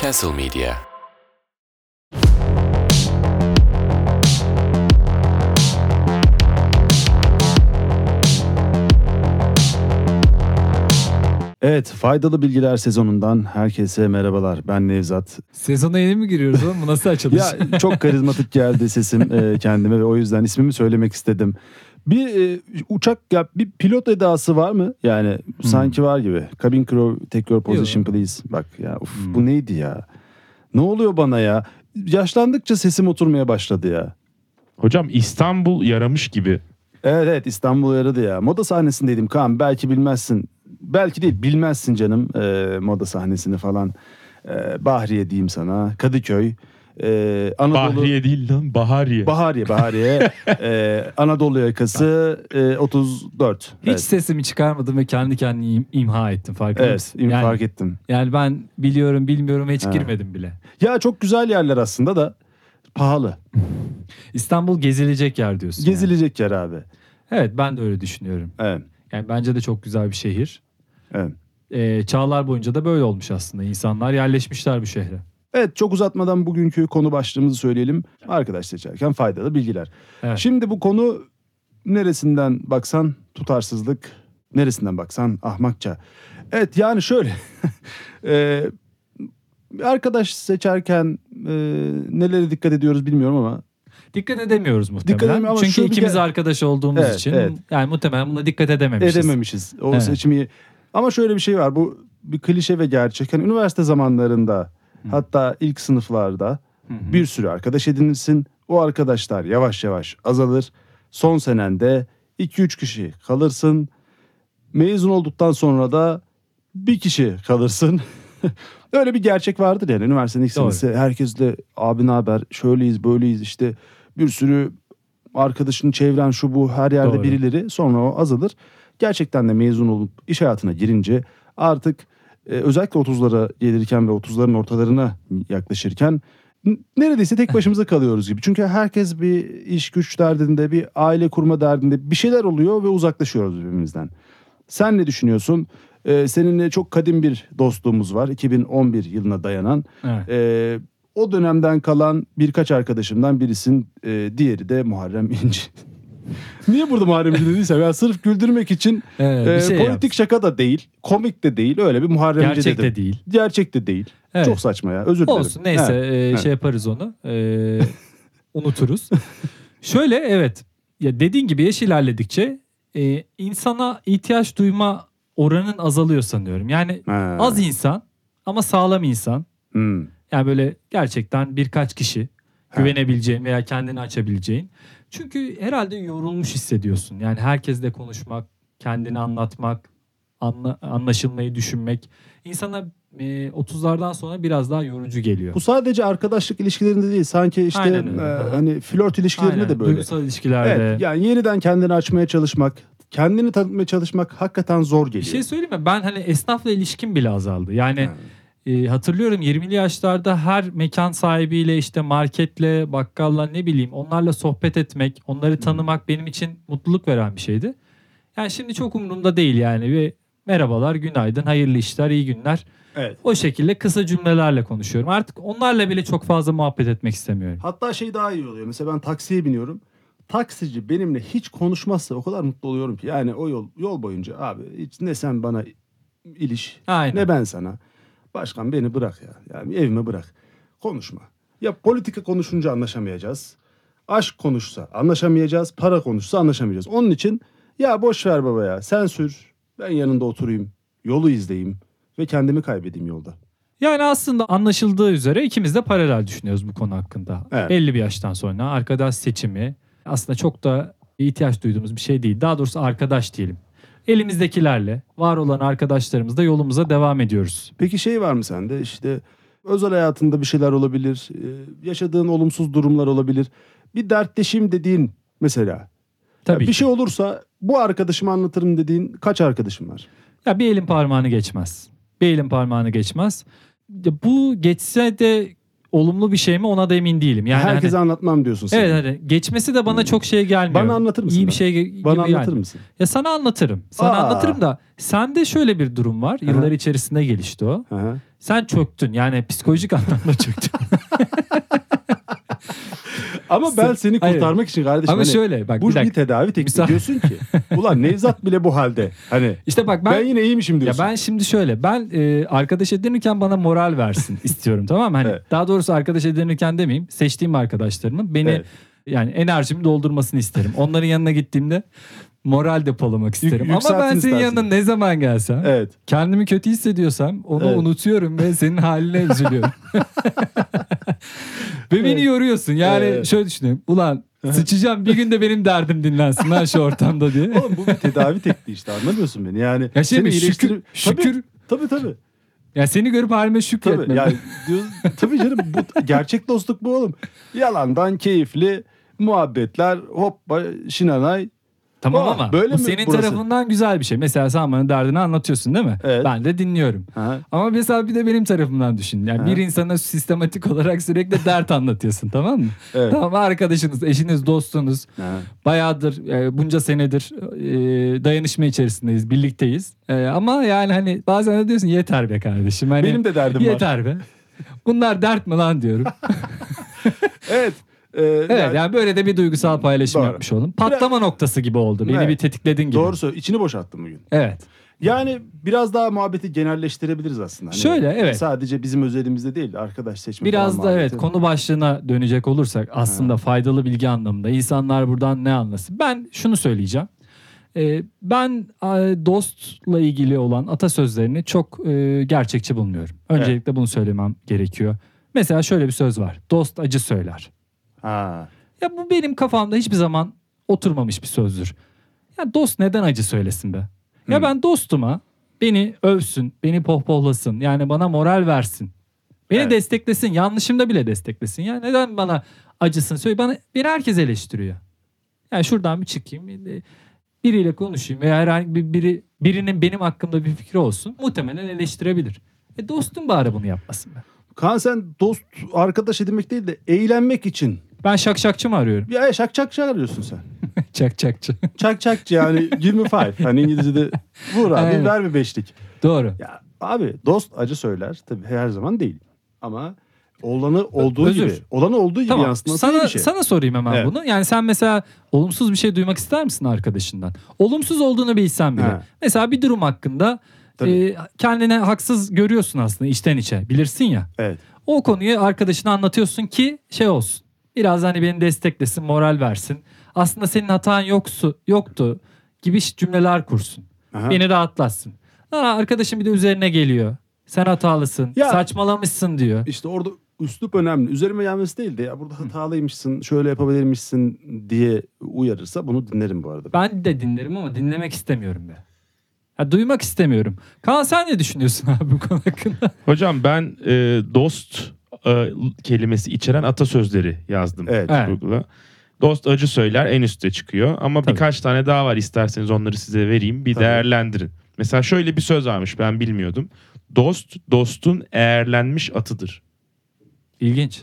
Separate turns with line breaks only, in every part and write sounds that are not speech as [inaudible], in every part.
Castle Media.
Evet, faydalı bilgiler sezonundan herkese merhabalar. Ben Nevzat.
Sezona yeni mi giriyoruz oğlum? Bu nasıl açılış?
[laughs] Ya çok karizmatik geldi sesim e, kendime ve o yüzden ismimi söylemek istedim. Bir e, uçak ya bir pilot edası var mı? Yani sanki var gibi. Cabin crew take your position please. Bak ya uf, bu neydi ya? Ne oluyor bana ya? Yaşlandıkça sesim oturmaya başladı ya.
Hocam İstanbul yaramış gibi.
Evet evet İstanbul yaradı ya. Moda sahnesindeydim Kaan belki bilmezsin. Belki değil bilmezsin canım e, moda sahnesini falan. E, Bahriye diyeyim sana. Kadıköy. E, Anadolu.
Bahriye değil lan Bahariye.
Bahariye.
[laughs]
Bahariye. e, Anadolu yakası e, 34.
Hiç
evet.
sesimi çıkarmadım ve kendi kendini im- imha ettim farkında
Evet,
mısın?
im-
yani,
fark ettim.
yani ben biliyorum bilmiyorum hiç girmedim bile.
Ya çok güzel yerler aslında da pahalı.
İstanbul gezilecek yer diyorsun. yani.
Gezilecek yer abi.
Evet ben de öyle düşünüyorum.
Evet.
Yani bence de çok güzel bir şehir.
Evet.
Ee, çağlar boyunca da böyle olmuş aslında. İnsanlar yerleşmişler bu şehre.
Evet çok uzatmadan bugünkü konu başlığımızı söyleyelim. Arkadaş seçerken faydalı bilgiler.
Evet.
Şimdi bu konu neresinden baksan tutarsızlık, neresinden baksan ahmakça. Evet yani şöyle. [laughs] e, arkadaş seçerken e, nelere dikkat ediyoruz bilmiyorum ama
Dikkat edemiyoruz muhtemelen.
edemiyorum ama
Çünkü
şu bir
ikimiz
ge-
arkadaş olduğumuz
Evet,
için
evet.
yani muhtemelen buna dikkat edememişiz.
edememişiz. O
Evet.
seçimi. Ama şöyle bir şey var. Bu bir klişe ve gerçek. Hani üniversite zamanlarında hatta ilk sınıflarda bir sürü arkadaş edinirsin. O arkadaşlar yavaş yavaş azalır. Son senende 2-3 kişi kalırsın. Mezun olduktan sonra da bir kişi kalırsın. [laughs] Öyle bir gerçek vardır yani üniversitenin ilk
Doğru.
senesi. Herkesle abi ne haber şöyleyiz böyleyiz işte bir sürü arkadaşın çevren şu bu her yerde
Doğru.
birileri sonra o azalır. Gerçekten de mezun olup iş hayatına girince artık e, özellikle 30'lara gelirken ve 30'ların ortalarına yaklaşırken n- neredeyse tek başımıza kalıyoruz gibi. Çünkü herkes bir iş güç derdinde, bir aile kurma derdinde bir şeyler oluyor ve uzaklaşıyoruz birbirimizden. Sen ne düşünüyorsun? E, seninle çok kadim bir dostluğumuz var. 2011 yılına dayanan.
Evet.
Ee, o dönemden kalan birkaç arkadaşımdan birisin. Ee, diğeri de Muharrem İnci. [laughs] Niye burada Muharrem İnci dediysem ya sırf güldürmek için
Evet, bir
e,
şey
politik şaka da değil, komik de değil. Öyle bir Muharrem İnci
Gerçek de
dedim.
değil.
Gerçek de değil.
Evet.
Çok saçma ya. Özür dilerim.
Olsun neyse
Evet.
e, şey yaparız onu. E,
[laughs]
unuturuz. Şöyle evet. Ya dediğin gibi yaş ilerledikçe e, insana ihtiyaç duyma oranın azalıyor sanıyorum. Yani
Ha.
az insan ama sağlam insan.
Hmm.
Yani böyle gerçekten birkaç kişi güvenebileceğin veya kendini açabileceğin. Çünkü herhalde yorulmuş hissediyorsun. Yani herkesle konuşmak, kendini anlatmak, anla- anlaşılmayı düşünmek insana e, 30'lardan sonra biraz daha yorucu geliyor.
Bu sadece arkadaşlık ilişkilerinde değil. Sanki işte
Aynen öyle.
e,
Aha.
hani flört ilişkilerinde
Aynen,
de böyle.
Duygusal ilişkilerde.
Evet. Yani yeniden kendini açmaya çalışmak, kendini tanıtmaya çalışmak hakikaten zor geliyor.
Bir şey söyleyeyim mi? Ben hani esnafla ilişkim bile azaldı. Yani e, hatırlıyorum 20'li yaşlarda her mekan sahibiyle işte marketle, bakkalla ne bileyim onlarla sohbet etmek, onları tanımak benim için mutluluk veren bir şeydi. Yani şimdi çok umurumda değil yani ve merhabalar, günaydın, hayırlı işler, iyi günler.
Evet.
O şekilde kısa cümlelerle konuşuyorum. Artık onlarla bile çok fazla muhabbet etmek istemiyorum.
Hatta şey daha iyi oluyor. Mesela ben taksiye biniyorum. Taksici benimle hiç konuşmazsa o kadar mutlu oluyorum ki. Yani o yol yol boyunca abi hiç ne sen bana iliş
Aynen.
ne ben sana. Başkan beni bırak ya. Yani evime bırak. Konuşma. Ya politika konuşunca anlaşamayacağız. Aşk konuşsa anlaşamayacağız. Para konuşsa anlaşamayacağız. Onun için ya boş ver baba ya. Sen sür. Ben yanında oturayım. Yolu izleyeyim ve kendimi kaybedeyim yolda.
Yani aslında anlaşıldığı üzere ikimiz de paralel düşünüyoruz bu konu hakkında.
Evet.
Belli bir yaştan sonra arkadaş seçimi aslında çok da ihtiyaç duyduğumuz bir şey değil. Daha doğrusu arkadaş diyelim. Elimizdekilerle, var olan arkadaşlarımızla yolumuza devam ediyoruz.
Peki şey var mı sende işte özel hayatında bir şeyler olabilir, e, yaşadığın olumsuz durumlar olabilir. Bir dertleşeyim dediğin mesela.
Tabii
bir
ki.
şey olursa bu arkadaşıma anlatırım dediğin kaç arkadaşın var?
Ya bir elin parmağını geçmez. Bir elin parmağını geçmez. Ya bu geçse de olumlu bir şey mi ona da emin değilim. Yani hani-
Herkese anlatmam diyorsun sen.
evet hani geçmesi de bana çok şey gelmiyor.
Hmm. Bana anlatır mısın
İyi
ben?
bir şey ge- gibi
Bana anlatır
gelmiyor.
mısın?
Ya sana anlatırım. Sana
Aa.
anlatırım da sende şöyle bir durum var. Yıllar
Aha.
içerisinde gelişti o.
Hı
[laughs]
hı.
Sen çöktün. Yani psikolojik [laughs] anlamda çöktün.
Ama ben seni
Hayır.
kurtarmak için kardeşim.
Ama
hani
şöyle bak
bu
bir
bir
dakika.
tedavi tekniği
Müsa-
diyorsun
[laughs]
ki. Ulan Nevzat bile bu halde. Hani
İşte bak
ben,
ben
yine iyiymişim
Ya
diyorsun.
ben şimdi şöyle ben e, arkadaş edinirken bana moral versin [laughs] istiyorum tamam mı? Hani
Evet.
daha doğrusu arkadaş edinirken demeyeyim. Seçtiğim arkadaşlarımın beni
Evet.
yani enerjimi doldurmasını isterim. Onların yanına gittiğimde moral depolamak isterim.
yükselsin
Ama ben senin
istersin.
yanına ne zaman gelsem
Evet.
kendimi kötü hissediyorsam onu
Evet.
unutuyorum ve senin haline
[laughs]
üzülüyorum. ve beni
Evet.
yoruyorsun. Yani
Evet.
şöyle düşünüyorum. Ulan sıçacağım bir gün de benim derdim dinlensin lan şu ortamda diye.
Oğlum bu bir tedavi tekniği işte anlamıyorsun beni. Yani
Ya şey
seni
mi şükür,
iyileştirip-
şükür. Ya
Tabii tabii. tabii.
seni görüp halime şükretmem.
Tabii yani diyorsun, tabii canım bu gerçek dostluk bu oğlum. Yalandan keyifli muhabbetler hop şinanay.
[laughs] Tamam
Aa,
ama
böyle
bu
mi
senin
burası?
tarafından güzel bir şey. Mesela sen bana derdini anlatıyorsun değil mi?
Evet.
Ben de dinliyorum.
Ha.
Ama mesela bir de benim tarafımdan düşün. Yani
Ha.
bir insana sistematik olarak sürekli dert anlatıyorsun tamam mı?
Evet.
Tamam arkadaşınız, eşiniz, dostunuz.
Ha.
Bayağıdır, e, bunca senedir e, dayanışma içerisindeyiz, birlikteyiz. E, ama yani hani bazen de diyorsun yeter be kardeşim. Hani,
Benim de derdim var.
Yeter be. Bunlar dert mi
[laughs]
lan diyorum.
Evet. e,
Evet
yani
yani, böyle de bir duygusal paylaşım
Doğru.
yapmış oldum. Patlama noktası gibi oldu. Beni
Evet.
bir tetikledin gibi.
Doğru söylüyor. İçini boşalttım bugün.
Evet.
Yani biraz daha muhabbeti genelleştirebiliriz aslında. Hani
Şöyle, evet.
Sadece bizim özelimizde değil arkadaş seçme
Biraz
falan
da
muhabbeti.
evet konu başlığına dönecek olursak aslında faydalı bilgi anlamında insanlar buradan ne anlasın? Ben şunu söyleyeceğim. Ee, ben e, dostla ilgili olan atasözlerini çok e, gerçekçi bulmuyorum. Öncelikle bunu söylemem gerekiyor. Mesela şöyle bir söz var. Dost acı söyler.
Ha.
Ya bu benim kafamda hiçbir zaman oturmamış bir sözdür. Ya dost neden acı söylesin be? Ya
Hmm.
ben dostuma beni övsün, beni pohpohlasın, yani bana moral versin. Beni
Evet.
desteklesin, yanlışımda bile desteklesin. Ya neden bana acısın söyle? Bana beni herkes eleştiriyor. Yani şuradan bir çıkayım, bir de biriyle konuşayım veya herhangi bir biri birinin benim hakkımda bir fikri olsun. Muhtemelen eleştirebilir. E dostum bari bunu yapmasın be.
Kaan sen dost arkadaş edinmek değil de eğlenmek için.
Ben şakşakçı mı arıyorum? [laughs]
Ya şak çak çak arıyorsun sen.
Çakçakçı.
Çak çak yani 25. Hani İngilizce'de vur abi
Evet.
ver bir beşlik.
Doğru.
Ya abi dost acı söyler. Tabii her zaman değil. Ama olanı olduğu
Özür.
gibi. Olanı olduğu gibi
Tamam.
yansıtması iyi
Sana,
bir şey.
sana sorayım hemen
Evet.
bunu. Yani sen mesela olumsuz bir şey duymak ister misin arkadaşından? Olumsuz olduğunu bilsen bile.
He.
Mesela bir durum hakkında
Tabii.
e, kendine haksız görüyorsun aslında içten içe. Bilirsin ya.
Evet.
O konuyu arkadaşına anlatıyorsun ki şey olsun. Biraz hani beni desteklesin, moral versin. Aslında senin hatan yoksu, yoktu gibi cümleler kursun.
Aha.
Beni rahatlatsın. Aa, arkadaşım bir de üzerine geliyor. Sen hatalısın,
Ya-
saçmalamışsın diyor.
İşte orada üslup önemli. Üzerime gelmesi değil de ya burada hatalıymışsın, şöyle yapabilirmişsin diye uyarırsa bunu dinlerim bu arada.
Ben de dinlerim ama dinlemek istemiyorum be. Ya duymak istemiyorum. Kaan sen ne düşünüyorsun [laughs] abi bu konu hakkında?
Hocam ben e, dost e, kelimesi içeren atasözleri yazdım.
Evet.
Evet.
Google'a. Dost acı söyler en üstte çıkıyor ama
Tabii.
birkaç tane daha var isterseniz onları size vereyim bir
Tabii.
değerlendirin. Mesela şöyle bir söz varmış ben bilmiyordum. Dost dostun eğerlenmiş atıdır.
İlginç.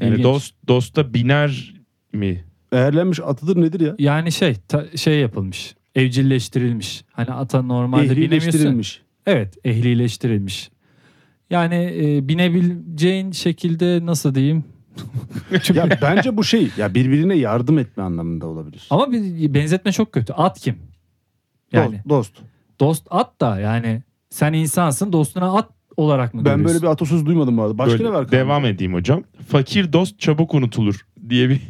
Yani
İlginç.
dost dosta biner mi?
Eğerlenmiş atıdır nedir ya?
Yani şey ta- şey yapılmış. Evcilleştirilmiş. Hani ata normalde binemiyorsun. [laughs]
Ehlileştirilmiş.
Evet ehlileştirilmiş. Yani e, binebileceğin şekilde nasıl diyeyim?
ya bence bu şey ya birbirine yardım etme anlamında olabilir.
Ama bir benzetme çok kötü. At kim? Yani
Dost, dost.
dost at da yani sen insansın dostuna at olarak mı
Ben böyle
görüyorsun?
bir atasözü duymadım bu arada. Başka
Böyle
ne var? Kaan?
devam edeyim hocam. Fakir dost çabuk unutulur diye bir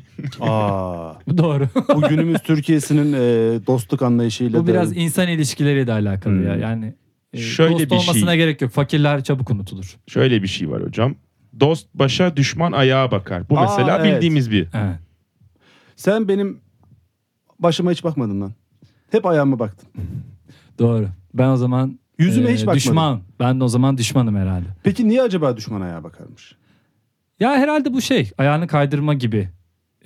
Aa,
[laughs] Doğru.
bu günümüz Türkiye'sinin e, dostluk anlayışıyla
Bu
da-
biraz insan ilişkileriyle de alakalı
Hmm.
ya. Yani e,
Şöyle
dost
bir
olmasına
şey.
gerek yok. Fakirler çabuk unutulur.
şöyle bir şey var hocam. Dost başa düşman ayağa bakar. Bu
Aa,
mesela
evet.
bildiğimiz bir.
Evet.
Sen benim başıma hiç bakmadın lan. Hep ayağıma baktın.
Doğru. Ben o zaman
Yüzüme
e,
hiç bakmadın.
Düşman. Ben de o zaman düşmanım herhalde.
Peki niye acaba düşman ayağa bakarmış?
Ya herhalde bu şey ayağını kaydırma gibi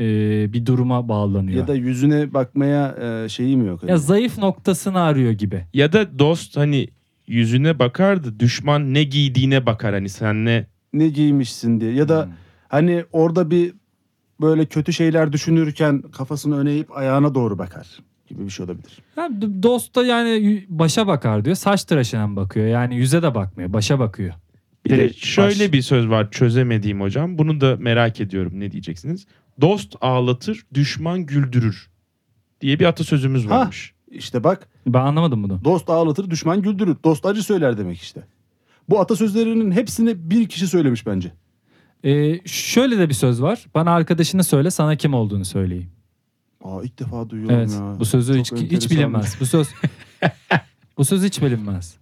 e, bir duruma bağlanıyor.
Ya da yüzüne bakmaya e, şeyi mi yok?
ya zayıf noktasını arıyor gibi.
Ya da dost hani yüzüne bakardı. Düşman ne giydiğine bakar hani senle
ne giymişsin diye ya da
Hmm.
hani orada bir böyle kötü şeyler düşünürken kafasını öne eğip ayağına doğru bakar gibi bir şey olabilir.
Ya d- dost da yani y- başa bakar diyor. Saç tıraşına mı bakıyor? Yani yüze de bakmıyor. Başa bakıyor.
Bir de
Direkt
şöyle
baş.
bir söz var çözemediğim hocam. Bunu da merak ediyorum ne diyeceksiniz. Dost ağlatır, düşman güldürür diye bir atasözümüz
Ha.
varmış.
İşte bak
Ben anlamadım bunu.
dost ağlatır düşman güldürür. Dost acı söyler demek işte. Bu atasözlerinin hepsini bir kişi söylemiş bence.
Ee, şöyle de bir söz var. Bana arkadaşını söyle sana kim olduğunu söyleyeyim.
Aa ilk defa duyuyorum
Evet.
ya.
Bu sözü
Çok
hiç, hiç
enteresanmış.
bilinmez. Bu söz [laughs] bu söz hiç bilinmez.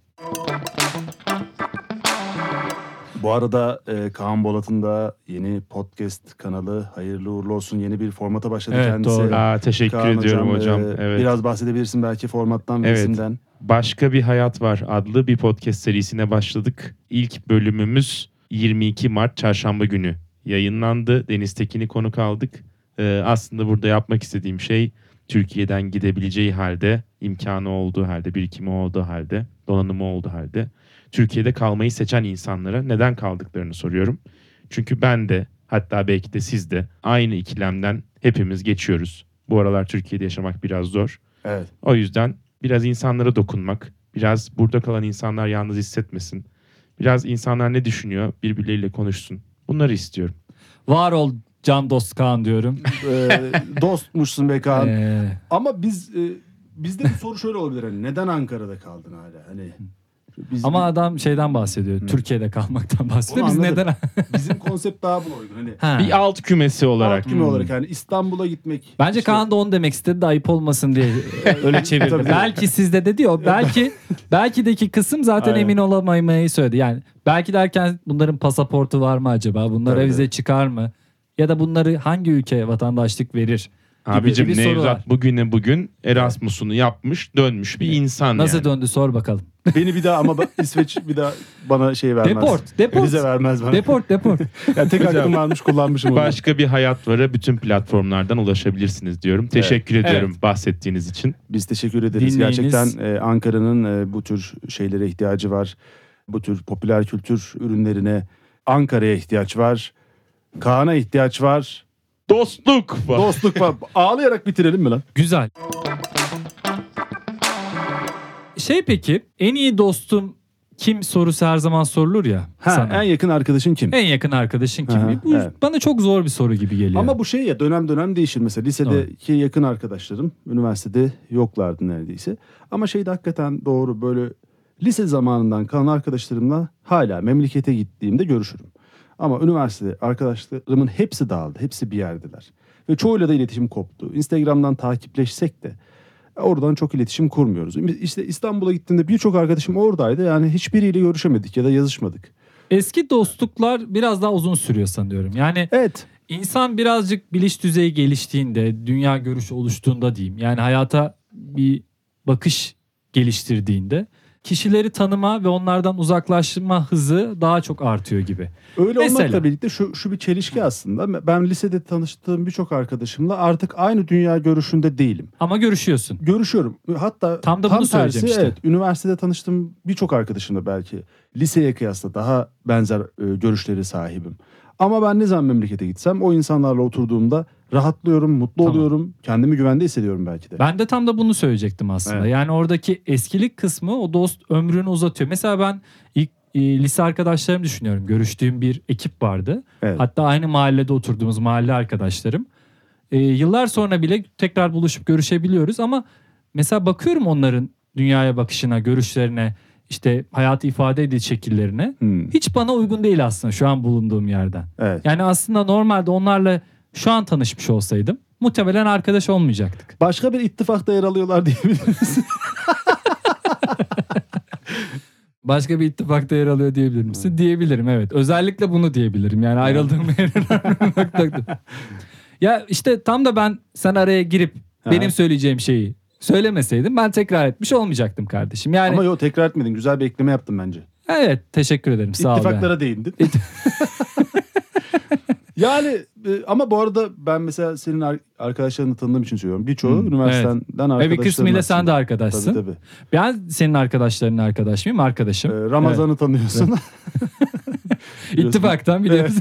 Bu arada e, Kaan Bolat'ın da yeni podcast kanalı hayırlı uğurlu olsun. Yeni bir formata başladı
Evet,
kendisi.
doğru.
Aa, teşekkür
Kaan
ediyorum hocam.
e,
evet.
Biraz bahsedebilirsin belki formattan ve
Evet.
isimden.
Başka Bir Hayat Var adlı bir podcast serisine başladık. İlk bölümümüz 22 Mart Çarşamba günü yayınlandı. Deniz Tekin'i konuk aldık. Ee, aslında burada yapmak istediğim şey Türkiye'den gidebileceği halde, imkanı olduğu halde, birikimi olduğu halde, donanımı olduğu halde Türkiye'de kalmayı seçen insanlara neden kaldıklarını soruyorum. Çünkü ben de hatta belki de siz de aynı ikilemden hepimiz geçiyoruz. Bu aralar Türkiye'de yaşamak biraz zor.
Evet.
O yüzden biraz insanlara dokunmak, biraz burada kalan insanlar yalnız hissetmesin. Biraz insanlar ne düşünüyor birbirleriyle konuşsun. Bunları istiyorum.
Var ol can dost Kaan diyorum.
E, dostmuşsun be Kaan.
Ee,
Ama biz e, bizde bir soru şöyle olabilir hani neden Ankara'da kaldın hala? Hani biz-
ama adam şeyden bahsediyor. Türkiye'de kalmaktan bahsediyor.
Hmm. Onu
Biz
anladım.
neden?
bizim konsept daha buna uygun. Hani
Ha. Hmm.
Bir alt kümesi olarak.
olarak kimi olarak yani İstanbul'a gitmek.
Bence
işte- e,
Kaan da onu demek istedi de ayıp olmasın diye öyle
Şey- [laughs] Tabii,
çevirdi.
tabii.
belki sizde de
[laughs]
diyor. Belki belki deki kısım zaten
Aynen.
emin olamaymayı söyledi. Yani belki derken bunların pasaportu var mı acaba? Bunlara
Tabii,
vize çıkar mı? Ya da bunları hangi ülke vatandaşlık verir?
Abicim
gibi bir soru
[laughs]
var.
Nevzat bugüne bugün Erasmus'unu yapmış, dönmüş bir insan
Nasıl
yani.
döndü sor bakalım.
Beni bir daha ama ba- İsveç bir daha bana şey vermez.
Deport, deport.
Vize vermez bana.
Deport deport.
Yani tek hakkım varmış kullanmışım onu.
Başka bir hayat var'a bütün platformlardan ulaşabilirsiniz diyorum. Teşekkür ediyorum bahsettiğiniz için.
Biz teşekkür ederiz.
Dinleyiniz.
Gerçekten e, Ankara'nın e, bu tür şeylere ihtiyacı var. Bu tür popüler kültür ürünlerine Ankara'ya ihtiyaç var. Kaan'a ihtiyaç var.
Dostluk var.
Dostluk
[laughs]
var. Ağlayarak bitirelim mi lan?
[laughs] Güzel. Şey peki en iyi dostum kim sorusu her zaman sorulur ya
Ha,
sana.
en
En,
yakın arkadaşın kim?
yakın arkadaşın kim?
Aha,
Bu
evet.
bana çok zor bir soru gibi geliyor.
Ama bu şey ya dönem dönem değişir. Mesela lisedeki yakın arkadaşlarım üniversitede yoklardı neredeyse. Ama şey de hakikaten doğru böyle lise zamanından kalan arkadaşlarımla hala memlekete gittiğimde görüşürüm. Ama üniversitede arkadaşlarımın hepsi dağıldı. Hepsi bir yerdeler. Ve çoğuyla da iletişim koptu. Instagram'dan takipleşsek de oradan çok iletişim kurmuyoruz. İşte İstanbul'a gittiğimde birçok arkadaşım oradaydı. Yani hiçbiriyle görüşemedik ya da yazışmadık.
Eski dostluklar biraz daha uzun sürüyor sanıyorum. Yani
Evet.
insan birazcık bilinç düzeyi geliştiğinde, dünya görüşü oluştuğunda diyeyim. Yani hayata bir bakış geliştirdiğinde kişileri tanıma ve onlardan uzaklaşma hızı daha çok artıyor gibi.
Öyle
Mesela.
olmakla birlikte şu, şu bir çelişki aslında. Ben lisede tanıştığım birçok arkadaşımla artık aynı dünya görüşünde değilim.
Ama görüşüyorsun.
Görüşüyorum. Hatta
Tam da bunu söyleyeceğim işte.
evet, üniversitede tanıştığım birçok arkadaşımla belki liseye kıyasla daha benzer e, görüşleri sahibim. Ama ben ne zaman memlekete gitsem o insanlarla oturduğumda rahatlıyorum, mutlu
Tamam.
oluyorum. Kendimi güvende hissediyorum belki de.
Ben de tam da bunu söyleyecektim aslında.
Evet.
Yani oradaki eskilik kısmı o dost ömrünü uzatıyor. Mesela ben ilk e, lise arkadaşlarımı düşünüyorum. Görüştüğüm bir ekip vardı.
Evet.
Hatta aynı mahallede oturduğumuz mahalle arkadaşlarım. E, yıllar sonra bile tekrar buluşup görüşebiliyoruz ama mesela bakıyorum onların dünyaya bakışına, görüşlerine, işte hayatı ifade ediş şekillerine.
Hmm,
Hiç bana uygun değil aslında şu an bulunduğum yerden.
evet.
Yani aslında normalde onlarla şu an tanışmış olsaydım muhtemelen arkadaş olmayacaktık.
Başka bir ittifakta yer alıyorlar diyebiliriz.
Başka bir ittifakta yer alıyor diyebilir misin? Diyebilirim evet. Özellikle bunu diyebilirim. Yani ayrıldığım yer
[laughs]
noktada. Ya işte tam da ben sen araya girip
Ha.
benim söyleyeceğim şeyi söylemeseydim ben tekrar etmiş olmayacaktım kardeşim. Yani
Ama yok tekrar etmedin. Güzel bir ekleme yaptın bence.
evet teşekkür ederim sağ ol.
İttifaklara
yani.
değindin. [laughs] yani e, ama bu arada ben mesela senin ar- arkadaşlarını tanıdığım için söylüyorum. Birçoğu
Hmm,
üniversiteden arkadaşlarım.
Ve bir kısmıyla sen de
aslında.
arkadaşsın.
Tabii tabii. E,
Ben senin arkadaşlarının arkadaş mıyım? Arkadaşım.
Ee, Ramazan'ı tanıyorsun. Biliyorsun.
İttifaktan biliyoruz.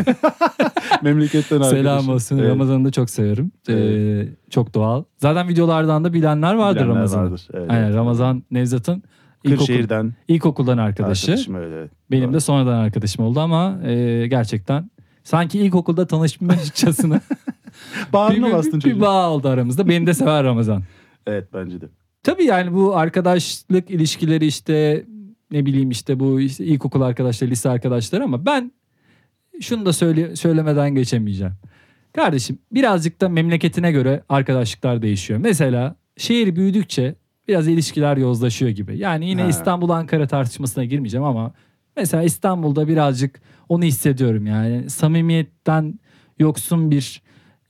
[laughs] Memleketten arkadaşım.
Selam olsun.
Evet,
Ramazan'ı da çok severim. Ee, çok doğal. Zaten videolardan da bilenler vardır
bilenler
Ramazan'ı.
vardır, evet.
Aynen Ramazan Nevzat'ın ilkokul,
Kırşehir'den
ilkokuldan arkadaşı.
arkadaşım öyle. evet.
Benim de
Evet.
sonradan arkadaşım oldu ama e, gerçekten sanki
[laughs]
ilkokulda tanışmışçasına bir,
Bağrına
bir,
bastın
bir,
çocuğu.
bağ oldu aramızda. Beni de sever Ramazan.
Evet bence de.
Tabii yani bu arkadaşlık ilişkileri işte ne bileyim işte bu işte ilkokul arkadaşları, lise arkadaşları ama ben şunu da söyle, söylemeden geçemeyeceğim. Kardeşim birazcık da memleketine göre arkadaşlıklar değişiyor. Mesela şehir büyüdükçe biraz ilişkiler yozlaşıyor gibi. Yani yine
Ha.
İstanbul Ankara tartışmasına girmeyeceğim ama mesela İstanbul'da birazcık onu hissediyorum yani samimiyetten yoksun bir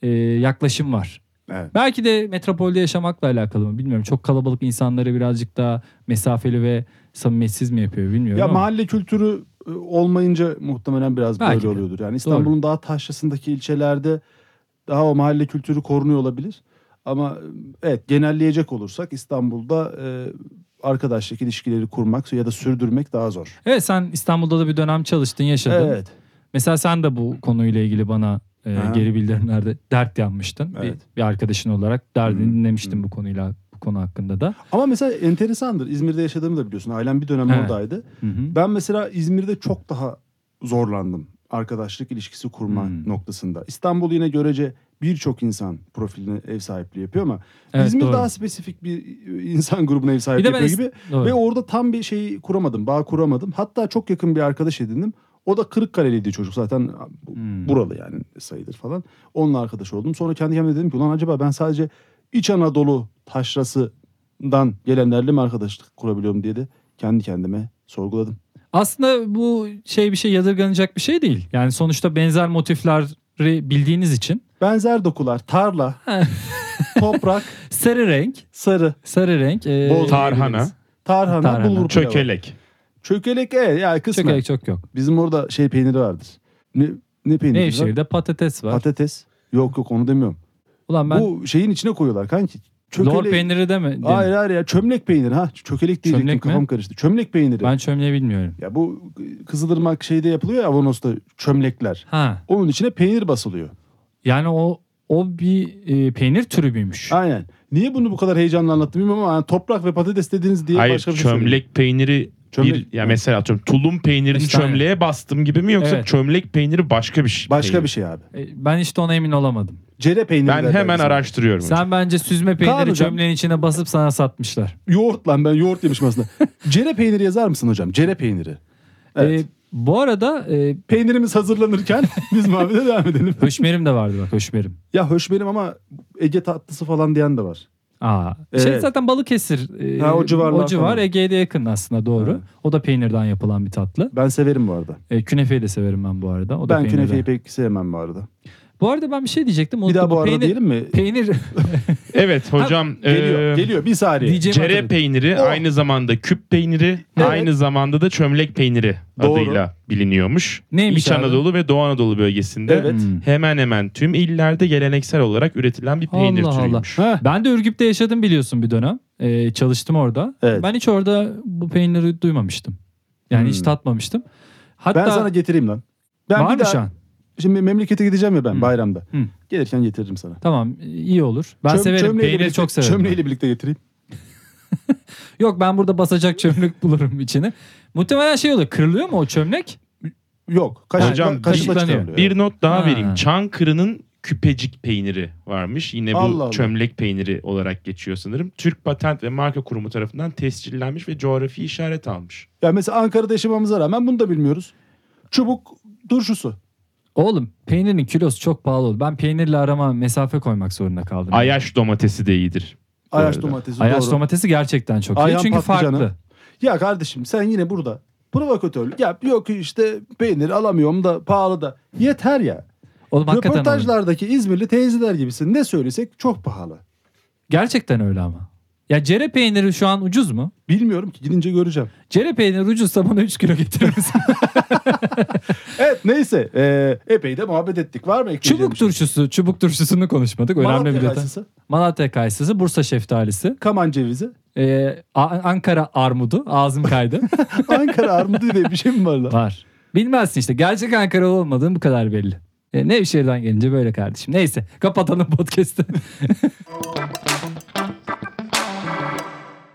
e, yaklaşım var.
Evet.
Belki de metropolde yaşamakla alakalı mı bilmiyorum. Çok kalabalık insanları birazcık daha mesafeli ve samimiyetsiz mi yapıyor bilmiyorum.
Ya
ama.
mahalle kültürü e, olmayınca muhtemelen biraz
Belki
böyle
de.
oluyordur. Yani İstanbul'un daha taşrasındaki ilçelerde daha o mahalle kültürü korunuyor olabilir. Ama e, evet genelleyecek olursak İstanbul'da e, arkadaşlık ilişkileri kurmak ya da sürdürmek daha zor.
Evet sen İstanbul'da da bir dönem çalıştın yaşadın.
Evet.
Mesela sen de bu konuyla ilgili bana e,
Aha.
geri bildirimlerde dert yanmıştın. Bir-
Evet.
Bir, arkadaşın olarak derdini
Hı,
dinlemiştim bu konuyla bu konu hakkında da.
Ama mesela enteresandır. İzmir'de yaşadığımı da biliyorsun. Ailem bir dönem
Evet.
oradaydı.
Hı hı.
Ben mesela İzmir'de çok daha zorlandım arkadaşlık ilişkisi kurma
Hmm.
noktasında. İstanbul yine görece birçok insan profiline ev sahipliği yapıyor ama
Evet,
İzmir
doğru.
daha spesifik bir e, insan grubuna ev sahipliği
ben
yapıyor
is-
gibi
Doğru.
ve orada tam bir şey kuramadım, bağ kuramadım. Hatta çok yakın bir arkadaş edindim. O da Kırıkkaleliydi çocuk zaten bu-
Hmm.
buralı yani sayılır falan. Onunla arkadaş oldum. Sonra kendi kendime dedim ki ulan acaba ben sadece İç Anadolu taşrasından gelenlerle mi arkadaşlık kurabiliyorum diye de kendi kendime sorguladım.
Aslında bu şey bir şey yadırganacak bir şey değil. Yani sonuçta benzer motifleri bildiğiniz için
Benzer dokular,
[laughs]
tarla, toprak,
sarı renk,
sarı,
sarı renk e,
Bol-
Tarhana,
tarhana,
Tarhana.
bulgur pilavı.
çökelek.
Çökelek e yani kısmen.
çok çok yok.
Bizim orada şey peyniri vardır. Ne, ne peyniri var?
Nevşehir'de patates var.
Patates. Yok yok onu demiyorum.
Ulan ben
Bu şeyin içine koyuyorlar kanki.
lor peyniri deme. deme.
Hayır hayır ya çömlek peyniri ha. Çökelek diyecektim
Çömlek mi?
kafam karıştı. Çömlek peyniri.
Ben çömleği bilmiyorum.
Ya bu Kızılırmak şeyde yapılıyor ya Avanos'ta çömlekler.
Ha.
Onun içine peynir basılıyor.
Yani o o bir e, peynir türü müymüş?
Aynen. Niye bunu bu kadar heyecanla anlattım bilmiyorum ama yani toprak ve patates dediğiniz diye
Hayır
başka bir şey söyleyeyim.
çömlek peyniri
Çömlek-
bir ya mesela atıyorum tulum peynirini
Efsane.
çömleğe bastım gibi mi yoksa
Evet.
çömlek peyniri başka bir şey?
Başka
peynir.
bir şey abi.
E, Ben işte ona emin olamadım.
Cere peyniri.
Ben
derler
hemen
bizim.
araştırıyorum.
Sen bence süzme peyniri
Kaan hocam.
çömleğin içine basıp sana satmışlar.
Yoğurt lan ben yoğurt yemişim
[laughs]
aslında. Cere peyniri yazar mısın hocam? Cere peyniri. Evet.
E, bu arada e,
Peynirimiz
[laughs]
hazırlanırken biz muhabbete devam edelim.
höşmerim de vardı bak höşmerim.
Ya hoş benim ama Ege tatlısı falan diyen de var.
Aa, şey
Evet.
zaten Balıkesir. e,
Ha, o civarlar
O civar
falan.
Ege'ye de yakın aslında doğru.
Evet.
O da peynirden yapılan bir tatlı.
Ben severim bu arada.
E, künefeyi de severim ben bu arada. O da
ben
peynirden.
künefeyi pek sevmem bu arada.
Bu arada ben bir şey diyecektim.
Bir
unuttum.
daha bu arada
peynir,
diyelim mi?
Peynir Ee,
Evet hocam.
geliyor,
eee,
geliyor bir saniye.
diyeceğim.
Cere peyniri
O.
aynı zamanda küp peyniri,
Evet.
aynı zamanda da çömlek peyniri
Doğru.
adıyla biliniyormuş.
Neymiş
İç
abi?
Anadolu ve Doğu Anadolu bölgesinde
Evet.
Hmm.
hemen hemen tüm illerde geleneksel olarak üretilen bir peynir
Allah Allah.
türüymüş.
Ha,
Ben de Ürgüp'te yaşadım biliyorsun bir dönem. Ee, çalıştım orada.
Evet.
Ben hiç orada bu peyniri duymamıştım. Yani hiç
Hmm.
tatmamıştım. Hatta
ben sana getireyim lan. Ben
var
bir
mı
daha,
şu an?
Şimdi memlekete gideceğim ya ben
Hı.
bayramda.
Hı.
Gelirken getiririm sana.
Tamam iyi olur. Ben
Çöm-
severim.
çömleğiyle
Peyniri
birlikte-
çok severim.
Çömleğiyle birlikte getireyim.
ben. Yok ben burada basacak çömlek [laughs] bulurum içine. Muhtemelen şey oluyor. Kırılıyor mu o çömlek?
Yok. Kaş,
Hocam,
Hocam, kaşıkla
kaşıklanıyor.
çıkarılıyor.
Bir not daha
Ha.
vereyim. Çankırı'nın küpecik peyniri varmış. Yine bu
Allah Allah.
çömlek peyniri olarak geçiyor sanırım. Türk Patent ve Marka Kurumu tarafından tescillenmiş ve coğrafi işaret almış.
Ya mesela Ankara'da yaşamamıza rağmen bunu da bilmiyoruz. Çubuk turşusu.
Oğlum peynirin kilosu çok pahalı oldu. Ben peynirle arama mesafe koymak zorunda kaldım.
Ayaş domatesi de iyidir. Bu
Ayaş
arada.
domatesi
Ayaş
doğru.
domatesi gerçekten çok iyi.
Ayhan
Çünkü
patlıcanı.
farklı.
Ya kardeşim sen yine burada provokatörlük yap. Yok işte peynir alamıyorum da pahalı da. Yeter ya.
Oğlum hakikaten öyle.
Röportajlardaki İzmirli teyzeler gibisin. Ne söylesek çok pahalı.
Gerçekten öyle ama. Ya cere peyniri şu an ucuz mu?
Bilmiyorum ki gidince göreceğim.
Cere peyniri ucuzsa bana 3 kilo
[laughs]
getirir misin?
Evet neyse. Ee, epey de muhabbet ettik. Var mı ekleyeceğim? şey?
Çubuk turşusu, çubuk turşusunu konuşmadık. Önemli bir
Malatya
detay.
kayısısı,
Malatya kayısısı, Bursa şeftalisi,
Kaman cevizi. [laughs]
ee, A- Ankara armudu, ağzım kaydı.
Ankara armudu diye bir şey mi [laughs] var lan?
Var. Bilmezsin işte. Gerçek Ankara olmadığın bu kadar belli. E, Nevşehir'den gelince böyle kardeşim. Neyse kapatalım podcast'ı. [laughs]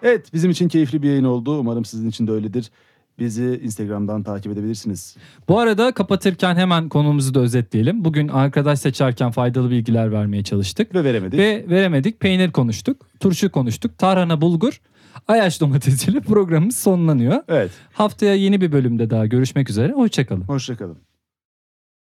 Evet bizim için keyifli bir yayın oldu. Umarım sizin için de öyledir. Bizi Instagram'dan takip edebilirsiniz.
Bu arada kapatırken hemen konumuzu da özetleyelim. Bugün arkadaş seçerken faydalı bilgiler vermeye çalıştık.
Ve veremedik.
Ve veremedik. Peynir konuştuk. Turşu konuştuk. Tarhana bulgur. Ayaş domatesiyle [laughs] programımız sonlanıyor.
Evet.
Haftaya yeni bir bölümde daha görüşmek üzere. Hoşçakalın.
Hoşçakalın.